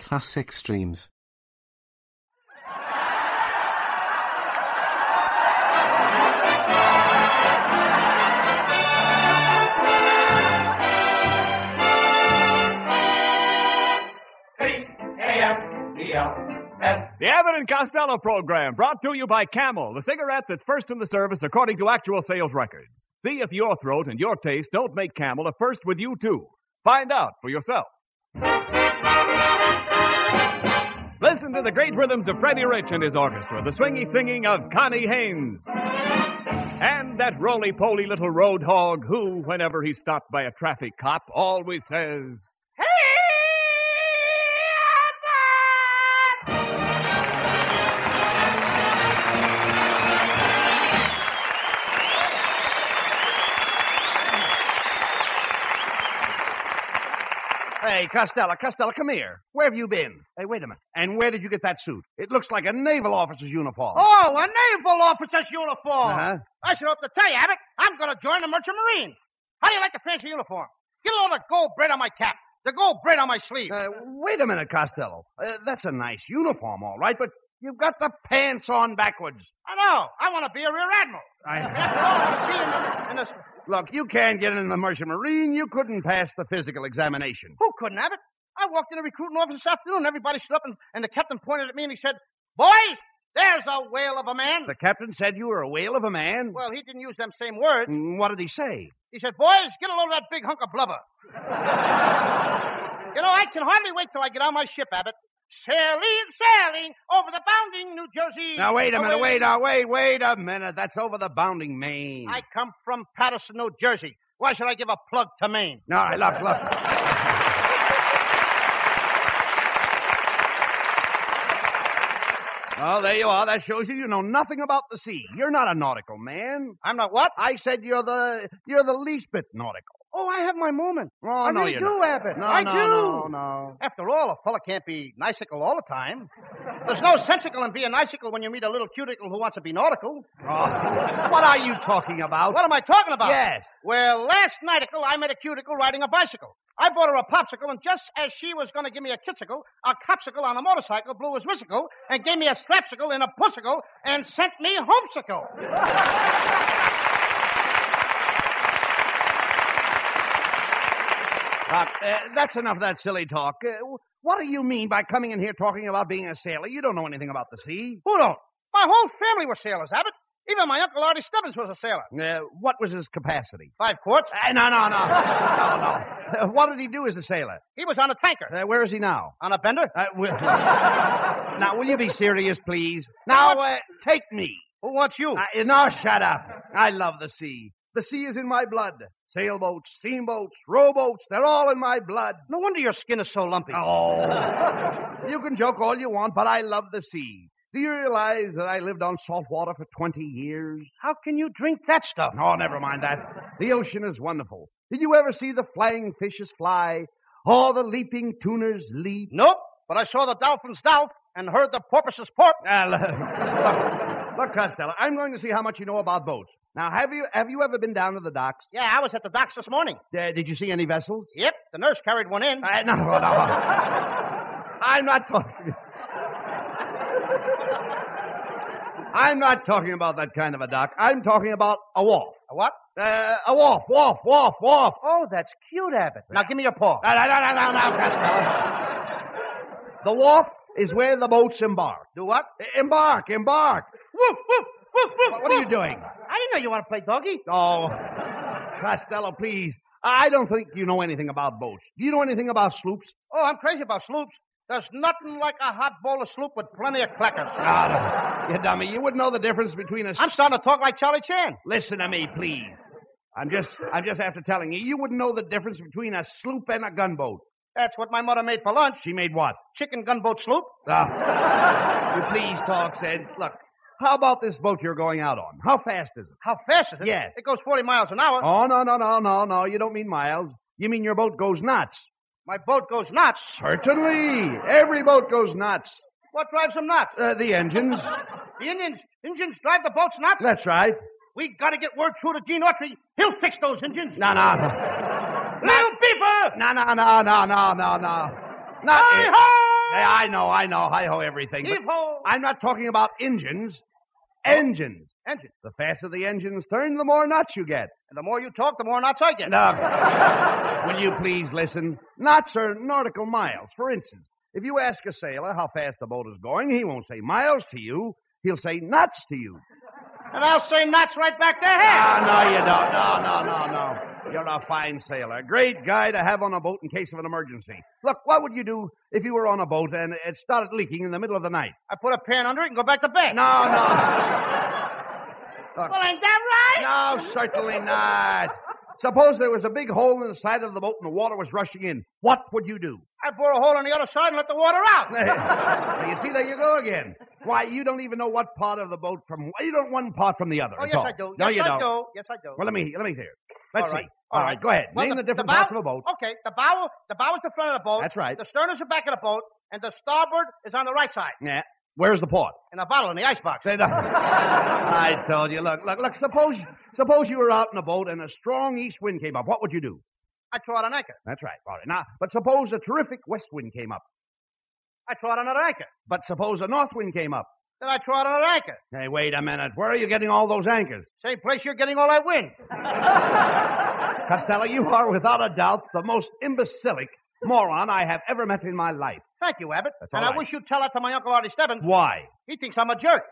Class extremes. C-A-M-B-L-S. The Abbott and Costello program brought to you by Camel, the cigarette that's first in the service according to actual sales records. See if your throat and your taste don't make Camel a first with you too. Find out for yourself. Listen to the great rhythms of Freddie Rich and his orchestra, the swingy singing of Connie Haynes, and that roly-poly little road hog who, whenever he's stopped by a traffic cop, always says, Hey, Costello, Costello, come here. Where have you been? Hey, wait a minute. And where did you get that suit? It looks like a naval officer's uniform. Oh, a naval officer's uniform. Uh-huh. I should hope to tell you, Abbott, I'm going to join the Merchant Marine. How do you like the fancy uniform? Get a load of gold braid on my cap, the gold braid on my sleeve. Uh, wait a minute, Costello. Uh, that's a nice uniform, all right, but you've got the pants on backwards. I know. I want to be a rear admiral. I... After all, I was beaten in this. Look, you can't get in the Merchant Marine. You couldn't pass the physical examination. Who couldn't, Abbott? I walked in the recruiting office this afternoon. Everybody stood up, and, and the captain pointed at me and he said, Boys, there's a whale of a man. The captain said you were a whale of a man. Well, he didn't use them same words. Mm, What did he say? He said, Boys, get a load of that big hunk of blubber. you know, I can hardly wait till I get on my ship, Abbott. Sailing, sailing over the bounding New Jersey. Now, wait a minute, away. wait, now, wait, wait a minute. That's over the bounding main. I come from Patterson, New Jersey. Why should I give a plug to Maine? No, I look, look. Well, there you are. That shows you you know nothing about the sea. You're not a nautical man. I'm not what? I said you're the you're the least bit nautical. Oh, I have my moment. Oh, I no, really you're do, not. Abbott. No, I no, do. No, no. After all, a fella can't be nicical all the time. There's no sensical in being nicical when you meet a little cuticle who wants to be nautical. Oh, what are you talking about? What am I talking about? Yes. Well, last nighticle, I met a cuticle riding a bicycle. I bought her a popsicle, and just as she was going to give me a kitsicle, a copsicle on a motorcycle blew his whisicle and gave me a slapsicle and a pussicle and sent me homesicle. Doc, uh, that's enough of that silly talk. Uh, wh- what do you mean by coming in here talking about being a sailor? You don't know anything about the sea. Who don't? My whole family were sailors, Abbott. Even my uncle Artie Stubbins was a sailor. Uh, what was his capacity? Five quarts. Uh, no, no, no. no, no. Uh, what did he do as a sailor? He was on a tanker. Uh, where is he now? On a bender? Uh, will... now, will you be serious, please? Now, uh, take me. Who wants you? Uh, no, shut up. I love the sea. The sea is in my blood. Sailboats, steamboats, rowboats, they're all in my blood. No wonder your skin is so lumpy. Oh. you can joke all you want, but I love the sea. Do you realize that I lived on salt water for 20 years? How can you drink that stuff? Oh, never mind that. The ocean is wonderful. Did you ever see the flying fishes fly? Or the leaping tuners leap? Nope. But I saw the dolphins dolph and heard the porpoises porp. Ah, look, look, Costello, I'm going to see how much you know about boats. Now, have you have you ever been down to the docks? Yeah, I was at the docks this morning. Uh, did you see any vessels? Yep, the nurse carried one in. Uh, no, no, no. I'm not talking. I'm not talking about that kind of a dock. I'm talking about a wharf. A what? Uh, a wharf, wharf, wharf, wharf. Oh, that's cute, Abbott. Now give me your paw. No, no, no, no, no, no, Costello. The wharf is where the boats embark. Do what? Embark, embark. Woof, woof, woof, woof. What are you doing? I didn't know you want to play doggy. Oh, Costello, please. I don't think you know anything about boats. Do you know anything about sloops? Oh, I'm crazy about sloops. There's nothing like a hot bowl of sloop with plenty of crackers. Ah, no. you dummy. You wouldn't know the difference between a. I'm starting to talk like Charlie Chan. Listen to me, please. I'm just, I'm just after telling you, you wouldn't know the difference between a sloop and a gunboat. That's what my mother made for lunch. She made what? Chicken gunboat sloop. Ah. Will you please talk sense. Look, how about this boat you're going out on? How fast is it? How fast is it? Yes. It goes 40 miles an hour. Oh, no, no, no, no, no. You don't mean miles. You mean your boat goes nuts. My boat goes nuts. Certainly. Every boat goes nuts. What drives them nuts? Uh, the engines. The Indians, Indians drive the boats nuts. That's right. We gotta get word through to Gene Autry. He'll fix those engines. No, no, no. Little beaver! No, no, no, no, no, no, no. Not it. Hi-ho! Yeah, I know, I know. I know everything. but Heave-ho! I'm not talking about engines. Engines. Engine. The faster the engines turn, the more nuts you get. And the more you talk, the more nuts I get. Now, will you please listen? Knots are nautical miles. For instance, if you ask a sailor how fast the boat is going, he won't say miles to you. He'll say nuts to you. And I'll say nuts right back to him. Ah, no, you don't. No, no, no, no. You're a fine sailor. Great guy to have on a boat in case of an emergency. Look, what would you do if you were on a boat and it started leaking in the middle of the night? I put a pan under it and go back to bed. No, no, Well, ain't that right? no, certainly not. Suppose there was a big hole in the side of the boat and the water was rushing in. What would you do? I bore a hole on the other side and let the water out. Hey, now you see, there you go again. Why, you don't even know what part of the boat from. You don't one part from the other. Oh, at yes, all. I do. No, yes, you don't. I do. Yes, I do. Well, let me let me hear. Let's All right. see. All right, go ahead. Well, Name the, different bow- parts of a boat. Okay, the bow, the bow is the front of the boat. That's right. The stern is the back of the boat, and the starboard is on the right side. Yeah. Where's the port? In a bottle in the icebox. Say the- I told you. Look, look, look. Suppose suppose you were out in a boat and a strong east wind came up. What would you do? I throw out an anchor. That's right. All right. Now, but suppose a terrific west wind came up. I throw out another anchor. But suppose a north wind came up. Then I throw out another anchor. Hey, wait a minute. Where are you getting all those anchors? Same place you're getting all I win. Costello, you are without a doubt the most imbecilic moron I have ever met in my life. Thank you, Abbott. That's all and right. I wish you'd tell that to my Uncle Artie Stebbins. Why? He thinks I'm a jerk.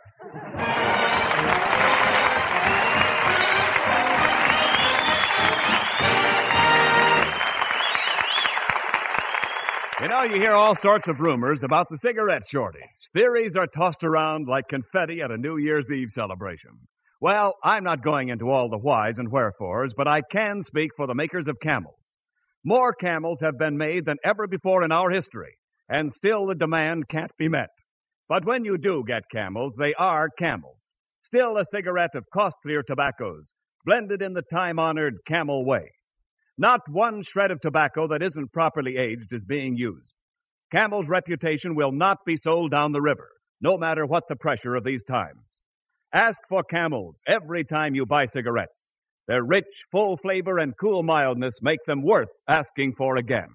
You know, you hear all sorts of rumors about the cigarette shortage. Theories are tossed around like confetti at a New Year's Eve celebration. Well, I'm not going into all the whys and wherefores, but I can speak for the makers of camels. More camels have been made than ever before in our history, and still the demand can't be met. But when you do get camels, they are camels. Still a cigarette of costlier tobaccos, blended in the time honored camel way. Not one shred of tobacco that isn't properly aged is being used. Camel's reputation will not be sold down the river, no matter what the pressure of these times. Ask for Camels every time you buy cigarettes. Their rich, full flavor and cool mildness make them worth asking for again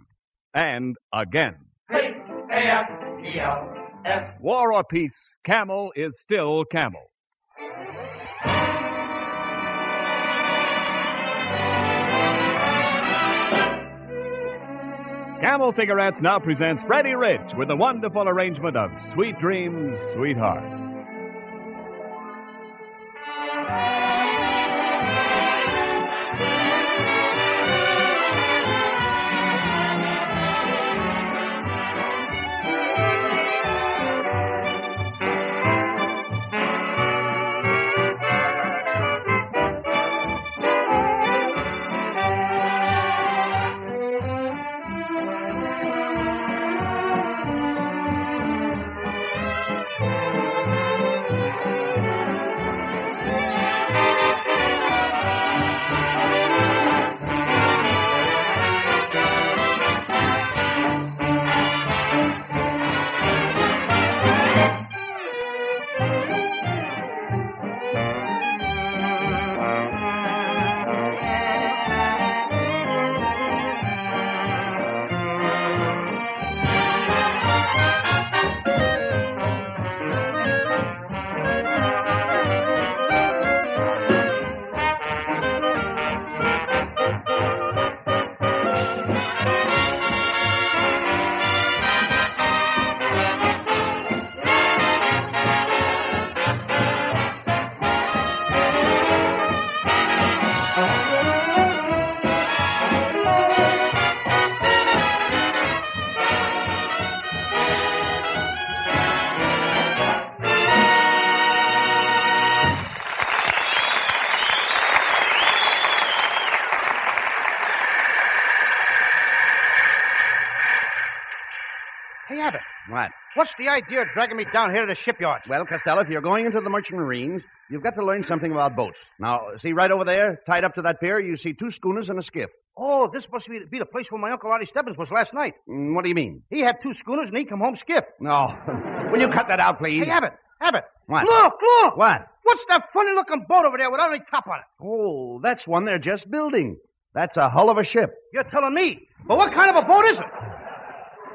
and again. E C-A-M-E-L-S. War or peace, Camel is still Camel. Camel Cigarettes now presents Freddie Rich with the wonderful arrangement of Sweet Dreams, Sweetheart. Thank What? What's the idea of dragging me down here to the shipyards? Well, Costello, if you're going into the merchant marines, you've got to learn something about boats. Now, see right over there, tied up to that pier, you see two schooners and a skiff. Oh, this must be, be the place where my Uncle Artie Stebbins was last night. Mm, What do you mean? He had two schooners and he come home skiff. No. Will you cut that out, please? Hey, Abbott, Abbott. What? Look, look. What? What's that funny looking boat over there without any top on it? Oh, that's one they're just building. That's a hull of a ship. You're telling me. But what kind of a boat is it?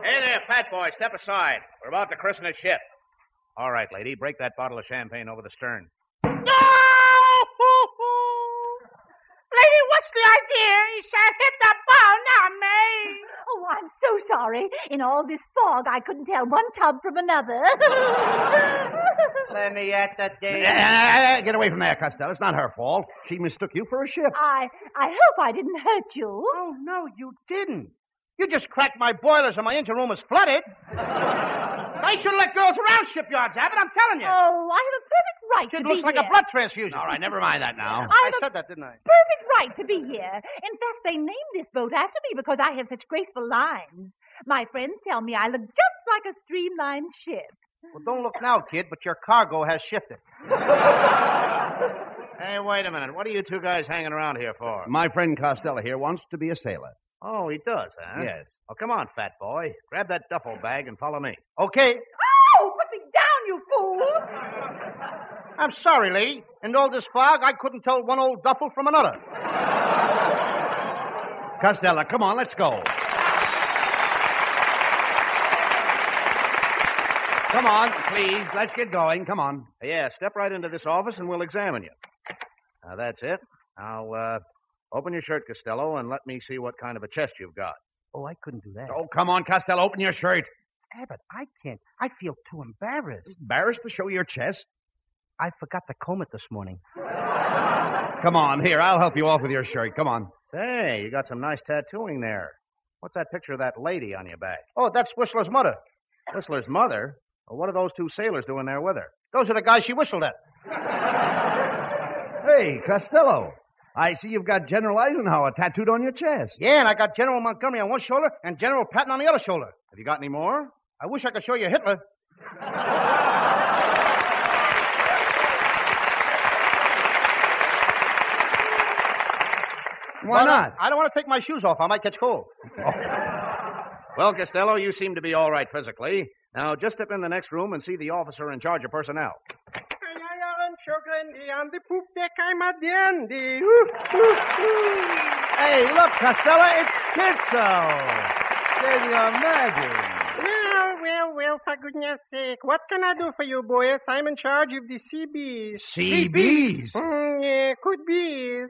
Hey there, fat boy, step aside. We're about to christen a ship. All right, lady, break that bottle of champagne over the stern. No! Lady, what's the idea? He said hit the bow, not me. Oh, I'm so sorry. In all this fog, I couldn't tell one tub from another. Let me at the Eh, day. eh, eh, Get away from there, Costello. It's not her fault. She mistook you for a ship. I I hope I didn't hurt you. Oh, no, you didn't. You just cracked my boilers and my engine room is flooded. they should let girls around shipyards, Abbott, I'm telling you. Oh, I have a perfect right Kid to looks be like here. a blood transfusion. All right, never mind that now. I I have a said that, didn't I? perfect right to be here. In fact, they named this boat after me because I have such graceful lines. My friends tell me I look just like a streamlined ship. Well, don't look now, kid, but your cargo has shifted. Hey, wait a minute. What are you two guys hanging around here for? My friend Costello here wants to be a sailor. Oh, he does, huh? Yes. Oh, come on, fat boy. Grab that duffel bag and follow me. Okay? Oh, put me down, you fool! I'm sorry, lady. In all this fog, I couldn't tell one old duffel from another. Costello, come on, let's go. Come on, please. Let's get going. Come on. Yeah, step right into this office and we'll examine you. Now, that's it. Now, uh, open your shirt, Costello, and let me see what kind of a chest you've got. Oh, I couldn't do that. Oh, come on, Costello. Open your shirt. Abbott, I can't. I feel too embarrassed. Embarrassed to show your chest? I forgot to comb it this morning. Come on, here. I'll help you off with your shirt. Come on. Hey, you got some nice tattooing there. What's that picture of that lady on your back? Oh, that's Whistler's mother. Whistler's mother? Well, what are those two sailors doing there with her? Those are the guys she whistled at. Hey, Costello. I see you've got General Eisenhower tattooed on your chest. Yeah, and I got General Montgomery on one shoulder and General Patton on the other shoulder. Have you got any more? I wish I could show you Hitler. Why But I- not? I don't want to take my shoes off. I might catch cold. Well, Costello, you seem to be all right physically. Now, just step in the next room and see the officer in charge of personnel. Uh, Hey, look, Costello, it's Kitzo. Can you imagine? Well, well, well, for goodness sake. What can I do for you, boys? I'm in charge of the CBs. CBs. Mm, yeah, could be.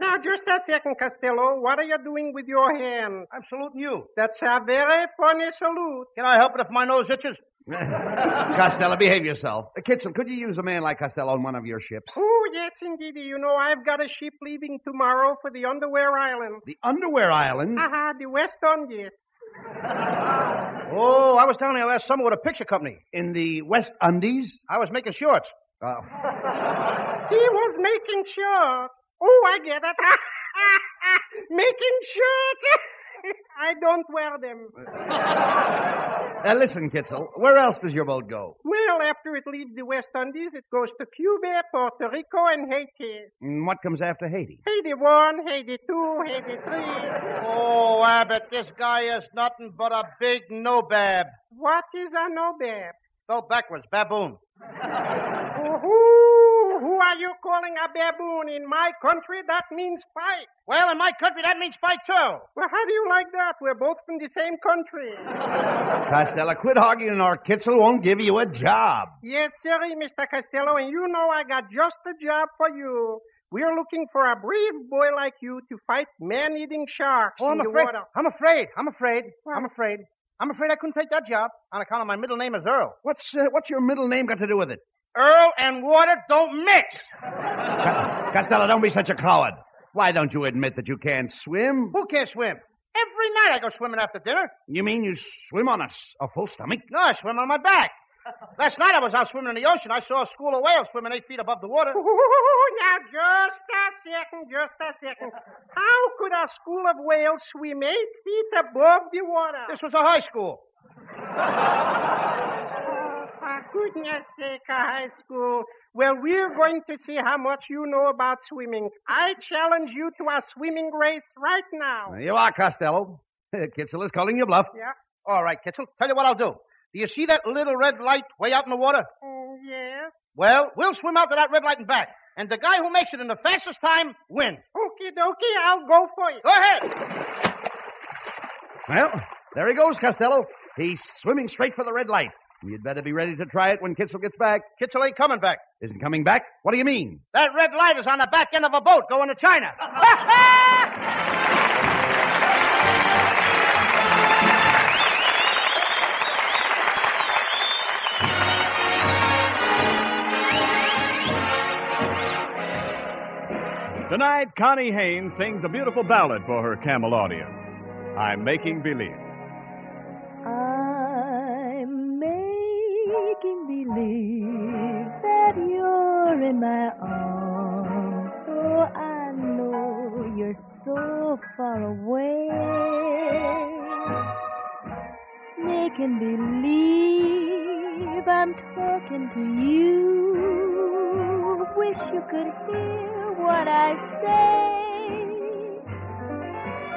now, just a second, Costello. What are you doing with your hand? I'm saluting you. That's a very funny salute. Can I help it if my nose itches? Costello, behave yourself. Uh, Kitson, could you use a man like Costello on one of your ships? Oh, yes, indeed. You know, I've got a ship leaving tomorrow for the Underwear Islands. The Underwear Islands? Aha, the West Indies. Oh, I was down there last summer with a picture company. In the West Undies? I was making shorts. Oh. He was making sure. Oh, I get it. making sure. I don't wear them. Uh, listen, Kitzel, where else does your boat go? Well, after it leaves the West Indies, it goes to Cuba, Puerto Rico, and Haiti. And Mm, what comes after Haiti? Haiti 1, Haiti 2, Haiti 3. Oh, Abbott, this guy is nothing but a big no-bab. What is a nobab? Spelled backwards, baboon. Who, who are you calling a baboon? In my country, that means fight. Well, in my country, that means fight, too. Well, how do you like that? We're both from the same country. Costello, quit arguing or Kitzel won't give you a job. Yes, sir, Mr. Costello, and you know I got just a job for you. We're looking for a brave boy like you to fight man-eating sharks in Oh, I'm the afraid. water. I'm afraid. I'm afraid. I'm afraid. I'm afraid I couldn't take that job on account of my middle name is Earl. What's, uh, what's your middle name got to do with it? Earl and water don't mix. Co- Costello, don't be such a coward. Why don't you admit that you can't swim? Who can't swim? Every night I go swimming after dinner. You mean you swim on a, s- a full stomach? No, I swim on my back. Last night I was out swimming in the ocean. I saw a school of whales swimming eight feet above the water. now, just a second, just a second. How could a school of whales swim eight feet above the water? This was a high school. For goodness sake, a high school. Well, we're going to see how much you know about swimming. I challenge you to a swimming race right now. There you are, Costello. Kitzel is calling you bluff. Yeah. All right, Kitzel, tell you what I'll do. Do you see that little red light way out in the water? Mm, yes. Well, we'll swim out to that red light and back. And the guy who makes it in the fastest time wins. Okie dokie, I'll go for it. Go ahead. Well, there he goes, Costello. He's swimming straight for the red light. You'd better be ready to try it when Kitzel gets back. Kitzel ain't coming back. Isn't coming back? What do you mean? That red light is on the back end of a boat going to China. Tonight, Connie Haynes sings a beautiful ballad for her Camel audience. I'm making believe. I'm making believe that you're in my arms, though I know you're so far away. Making believe I'm talking to you. Wish you could hear what I say.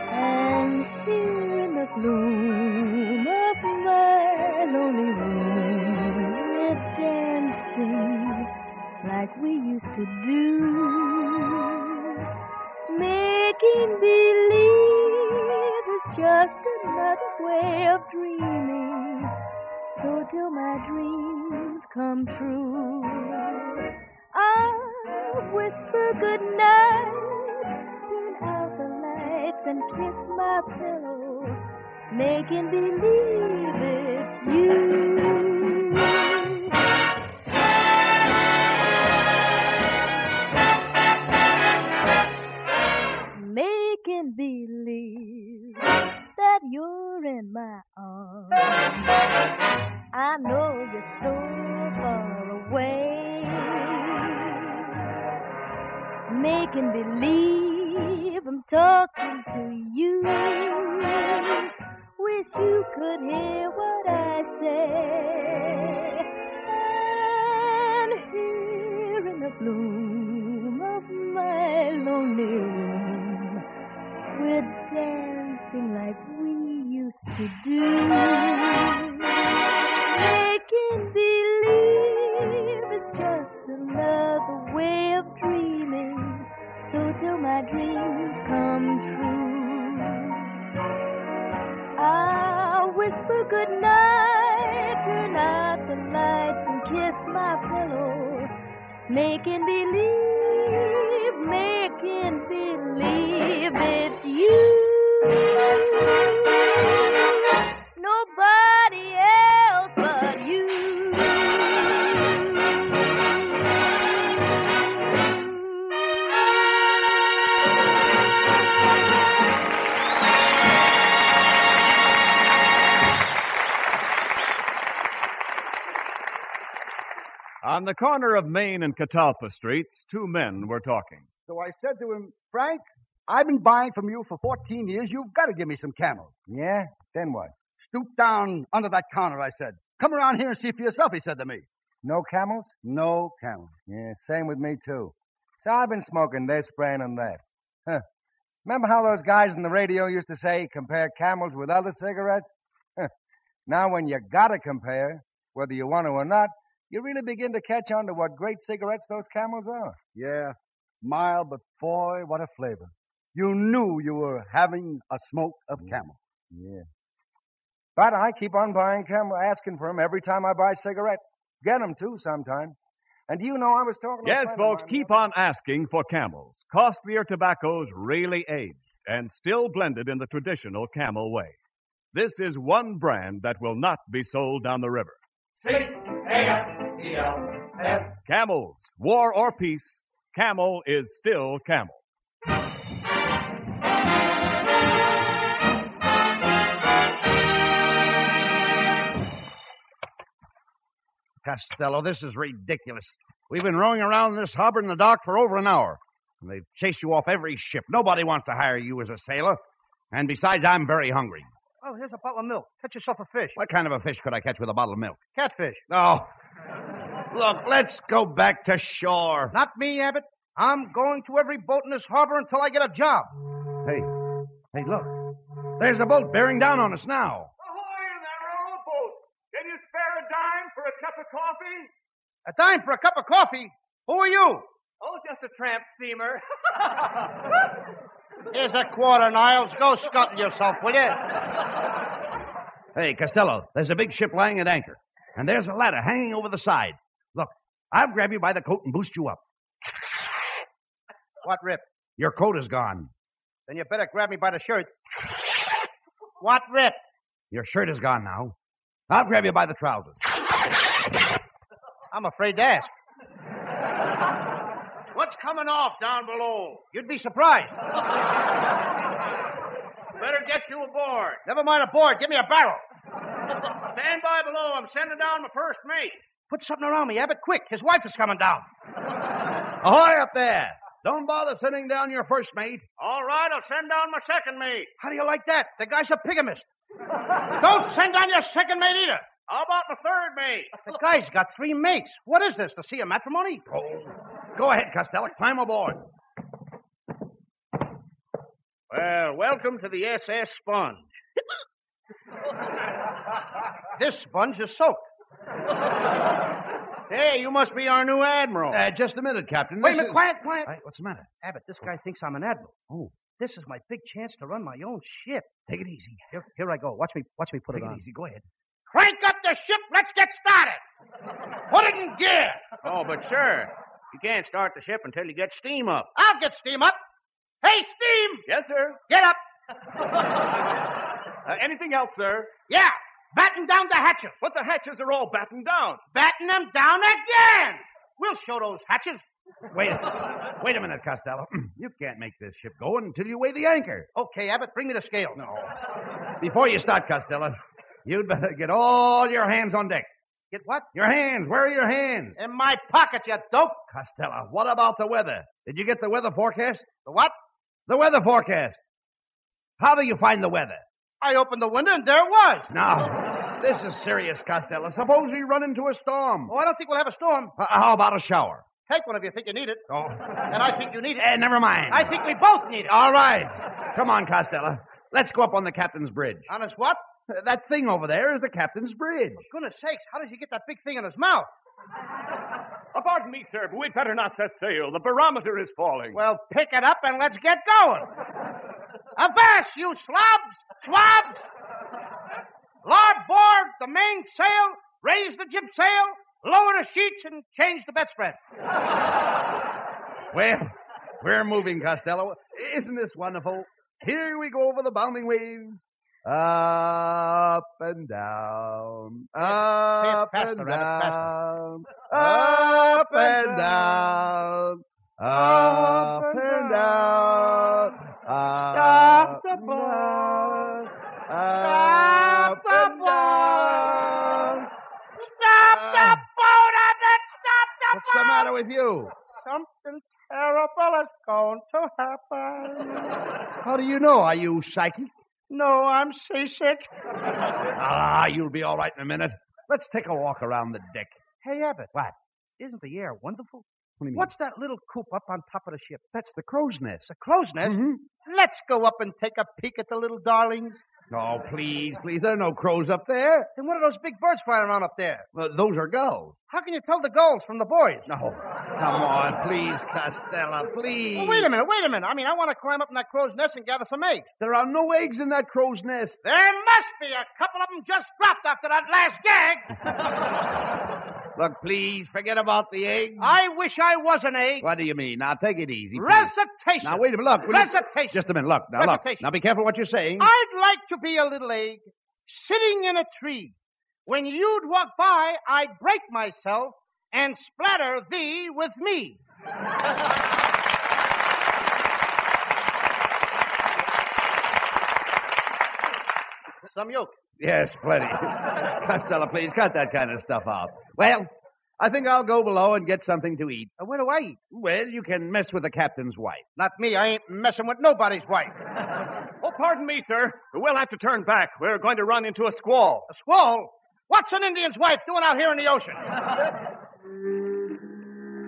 And here in the gloom of my lonely room, we're dancing like we used to do. Making believe is just another way of dreaming. So till my dreams come true, I'll whisper goodnight, turn out the lights and kiss my pillow, making believe it's you. Making believe that you're in my arms. I know you're so far away. Making believe I'm talking to you. Wish you could hear what I say. And here in the gloom of my lonely room, we're dancing like we used to do making believe is just another way of dreaming. So till my dreams come true, I'll whisper goodnight, turn out the lights and kiss my pillow, making believe, making believe it's you. Nobody else but you. On the corner of Main and Catalpa Streets, two men were talking. So I said to him, Frank, I've been buying from you for 14 years. You've got to give me some camels. Yeah? Then what? Stoop down under that counter, I said. Come around here and see for yourself, he said to me. No camels? No camels. Yeah, same with me, too. So I've been smoking this, brand, and that. Huh. Remember how those guys on the radio used to say, compare camels with other cigarettes? Huh. now, when you gotta compare, whether you want to or not, you really begin to catch on to what great cigarettes those camels are. Yeah, mild, but boy, what a flavor. You knew you were having a smoke of camel. Yeah. But I keep on buying camel, asking for 'em every time I buy cigarettes. Get 'em too, sometimes. And do you know I was talking to a Yes, friend of folks, mine- keep on asking for camels. Costlier tobaccos really aged and still blended in the traditional camel way. This is one brand that will not be sold down the river. E Camels, war or peace, camel is still camel. Costello, this is ridiculous. We've been rowing around in this harbor in the dock for over an hour, and they've chased you off every ship. Nobody wants to hire you as a sailor. And besides, I'm very hungry. Oh, here's a bottle of milk. Catch yourself a fish. What kind of a fish could I catch with a bottle of milk? Catfish. Oh, look, let's go back to shore. Not me, Abbott. I'm going to every boat in this harbor until I get a job. Hey, hey, look. There's a boat bearing down on us now. Ahoy in that royal boat. Can you spare a dime for a cup of coffee? A dime for a cup of coffee? Who are you? Oh, just a tramp steamer. Here's a quarter, Niles. Go scuttle yourself, will you? Hey, Costello, there's a big ship lying at anchor, and there's a ladder hanging over the side. Look, I'll grab you by the coat and boost you up. What rip? Your coat is gone. Then you better grab me by the shirt. What rip? Your shirt is gone now. I'll grab you by the trousers. I'm afraid to ask. What's coming off down below? You'd be surprised. Better get you aboard. Never mind a board. Give me a barrel. Stand by below. I'm sending down my first mate. Put something around me, Abbott, quick. His wife is coming down. Ahoy up there. Don't bother sending down your first mate. All right, I'll send down my second mate. How do you like that? The guy's a pigamist. Don't send down your second mate either. How about my third mate? The guy's got three mates. What is this? The sea of matrimony? Oh, go ahead, Costello. Climb aboard. Well, welcome to the SS Sponge. this sponge is soaked. Hey, you must be our new admiral. Uh, just a minute, Captain. Wait this a minute, is... quiet, quiet. I, what's the matter? Abbott, this guy thinks I'm an admiral. Oh. This is my big chance to run my own ship. Take it easy. Here, here I go. Watch me watch me put Take it on. easy. Go ahead. Crank up the ship. Let's get started. Put it in gear. Oh, but sir, you can't start the ship until you get steam up. I'll get steam up. Hey, steam. Yes, sir. Get up. uh, anything else, sir? Yeah. Batten down the hatches. But the hatches are all battened down. Batten them down again. We'll show those hatches. Wait, a, wait a minute, Costello. You can't make this ship go until you weigh the anchor. Okay, Abbott, bring me the scale. No. Before you start, Costello, you'd better get all your hands on deck. Get what? Your hands. Where are your hands? In my pocket, you dope. Costello, what about the weather? Did you get the weather forecast? The what? The weather forecast. How do you find the weather? I opened the window and there it was. No, this is serious, Costello. Suppose we run into a storm. Oh, I don't think we'll have a storm. Uh, how about a shower? Take one if you think you need it. Oh. And I think you need it. Eh, never mind. I think we both need it. All right. Come on, Costello. Let's go up on the captain's bridge. On his what? That thing over there is the captain's bridge. For goodness sakes, how does he get that big thing in his mouth? Oh, pardon me, sir, but we'd better not set sail. The barometer is falling. Well, pick it up and let's get going. Avast, you slobs, swabs! Lord board the mainsail, raise the jibsail, lower the sheets, and change the bedspread. Well, we're moving, Costello. Isn't this wonderful? Here we go over the bounding waves. Up and down. Up faster, and Abbott, down. Up and down. Up and down. Stop the up and boat. down, Stop Up the and boat. down. Stop the Uh, boat, Abbott! Stop the What's the matter with you? Something terrible is going to happen. How do you know? Are you psychic? No, I'm seasick. Ah, you'll be all right in a minute. Let's take a walk around the deck. Hey, Abbott. What? Isn't the air wonderful? What do you mean? What's that little coop up on top of the ship? That's the crow's nest. The crow's nest? Mhm. Let's go up and take a peek at the little darlings. Oh, please, please. There are no crows up there. Then what are those big birds flying around up there? Well, those are gulls. How can you tell the gulls from the boys? No. Come on, please, Costello, please. Well, wait a minute, wait a minute. I mean, I want to climb up in that crow's nest and gather some eggs. There are no eggs in that crow's nest. There must be a couple of them just dropped after that last gag. Look, please, forget about the eggs. I wish I was an egg. What do you mean? Now, take it easy. please. Recitation. Now, wait a minute. Look. will you- Recitation. Just a minute. Look. Now, look. Recitation. Now, be careful what you're saying. I'd like to be a little egg sitting in a tree. When you'd walk by, I'd break myself and splatter thee with me. Some yolk. Yes, plenty. Costello, please, cut that kind of stuff out. Well, I think I'll go below and get something to eat. Uh, What do I eat? Well, you can mess with the captain's wife. Not me. I ain't messing with nobody's wife. Oh, Pardon me, sir. We'll have to turn back. We're going to run into a squall. A squall? What's an Indian's wife doing out here in the ocean?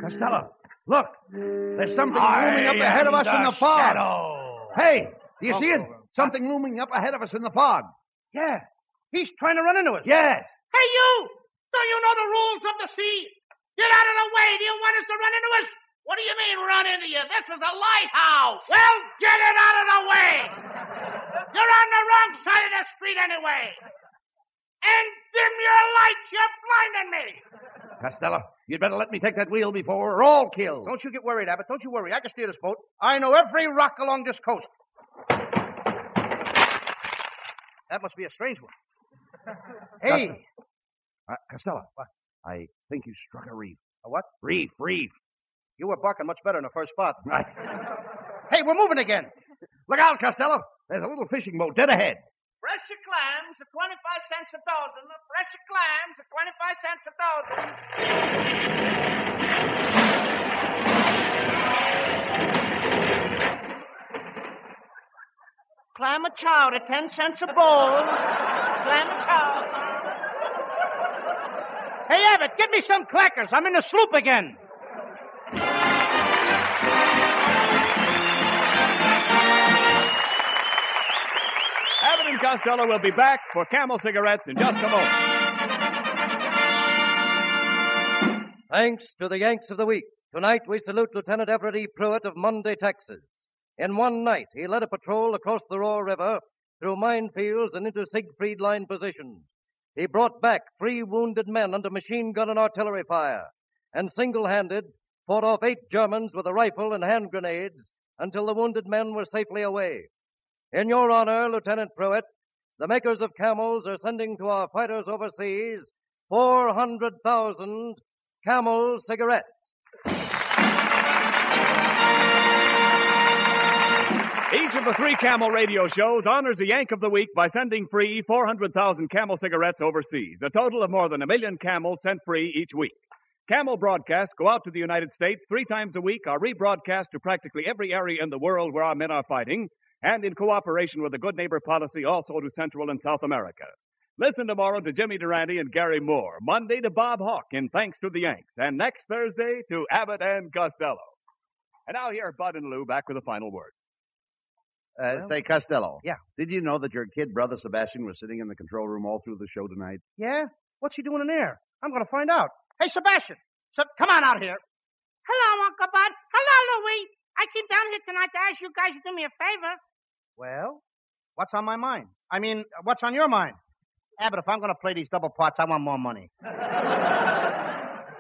Costello, look. There's something I looming up ahead of am us in the the fog. shadow. Oh, Hey, do you see it? Something looming up ahead of us in the fog. Yeah. He's trying to run into us. Yes. Hey, you! Don't you know the rules of the sea? Get out of the way! Do you want us to run into us? What do you mean, run into you? This is a lighthouse! Well, get it out of the way! You're on the wrong side of the street anyway! And dim your lights! You're blinding me! Costello, you'd better let me take that wheel before we're all killed. Don't you get worried, Abbott. Don't you worry. I can steer this boat. I know every rock along this coast. That must be a strange one. Hey, Costello. Uh, Costello, I think you struck a reef. A what? Reef, reef. you were barking much better in the first spot. Right. Hey, we're moving again. Look out, Costello. There's a little fishing boat dead ahead. Fresh clams are 25 cents a dozen. Fresh clams are 25 cents a dozen. Clam a chowder, 10 cents a bowl. Clam a chowder. Hey, Abbott, get me some crackers. I'm in the sloop again. Abbott and Costello will be back for Camel cigarettes in just a moment. Thanks to the Yanks of the Week, tonight we salute Lieutenant Everett E. Pruitt of Monday, Texas. In one night, he led a patrol across the Roar River, through minefields, and into Siegfried Line positions. He brought back three wounded men under machine gun and artillery fire, and single handed fought off eight Germans with a rifle and hand grenades until the wounded men were safely away. In your honor, Lieutenant Pruitt, the makers of camels are sending to our fighters overseas 400,000 camel cigarettes. Each of the three Camel radio shows honors the Yank of the Week by sending free 400,000 Camel cigarettes overseas, a total of more than a million camels sent free each week. Camel broadcasts go out to the United States three times a week, are rebroadcast to practically every area in the world where our men are fighting, and in cooperation with the Good Neighbor Policy also to Central and South America. Listen tomorrow to Jimmy Durante and Gary Moore, Monday to Bob Hawk in Thanks to the Yanks, and next Thursday to Abbott and Costello. And now here are Bud and Lou back with the final word. Uh, Well- say, Costello. Yeah. Did you know that your kid brother Sebastian was sitting in the control room all through the show tonight? Yeah? What's he doing in there? I'm going to find out. Hey, Sebastian, so, come on out here. Hello, Uncle Bud. Hello, Louie. I came down here tonight to ask you guys to do me a favor. Well, what's on my mind? I mean, what's on your mind? Abbott, if I'm going to play these double parts, I want more money.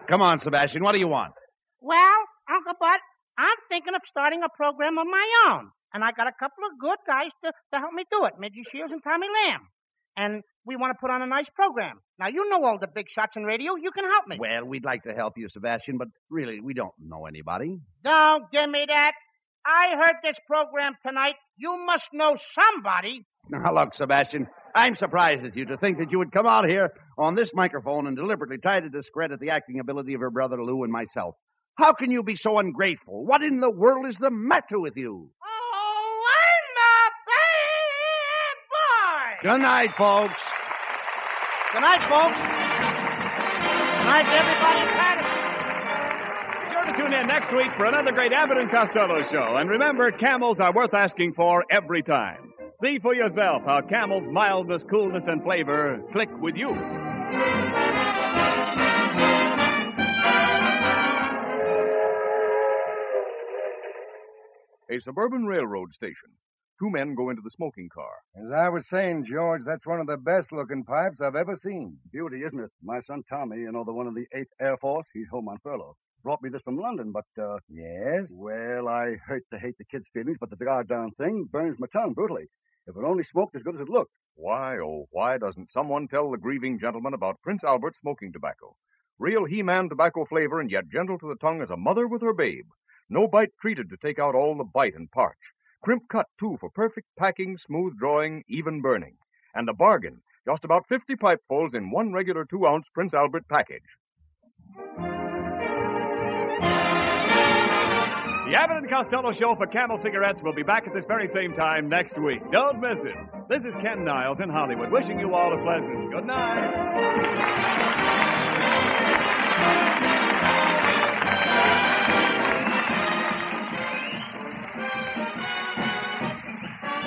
Come on, Sebastian. What do you want? Well, Uncle Bud, I'm thinking of starting a program of my own. And I got a couple of good guys to, to help me do it Midgie Shields and Tommy Lamb. And we want to put on a nice program. Now, you know all the big shots in radio. You can help me. Well, we'd like to help you, Sebastian, but really, we don't know anybody. Don't give me that. I heard this program tonight. You must know somebody. Now, look, Sebastian, I'm surprised at you to think that you would come out here on this microphone and deliberately try to discredit the acting ability of your brother Lou and myself. How can you be so ungrateful? What in the world is the matter with you? Oh, I'm a bad boy. Good night, folks. Good night, folks. Good night to everybody in Patterson. Be sure to tune in next week for another great Abbott and Costello show. And remember, camels are worth asking for every time. See for yourself how camels' mildness, coolness, and flavor click with you. A suburban railroad station. Two men go into the smoking car. As I was saying, George, that's one of the best looking pipes I've ever seen. Beauty, isn't it? My son Tommy, you know, the one in the 8th Air Force, he's home on furlough. Brought me this from London, but, uh. Yes? Well, I hurt to hate the kid's feelings, but the goddamn thing burns my tongue brutally. If it only smoked as good as it looked. Why, oh, why doesn't someone tell the grieving gentleman about Prince Albert smoking tobacco? Real He Man tobacco flavor and yet gentle to the tongue as a mother with her babe. No bite treated to take out all the bite and parch. Crimp cut, too, for perfect packing, smooth drawing, even burning. And a bargain just about 50 pipefuls in one regular two ounce Prince Albert package. The Abbott and Costello Show for Camel Cigarettes will be back at this very same time next week. Don't miss it. This is Ken Niles in Hollywood wishing you all a pleasant good night.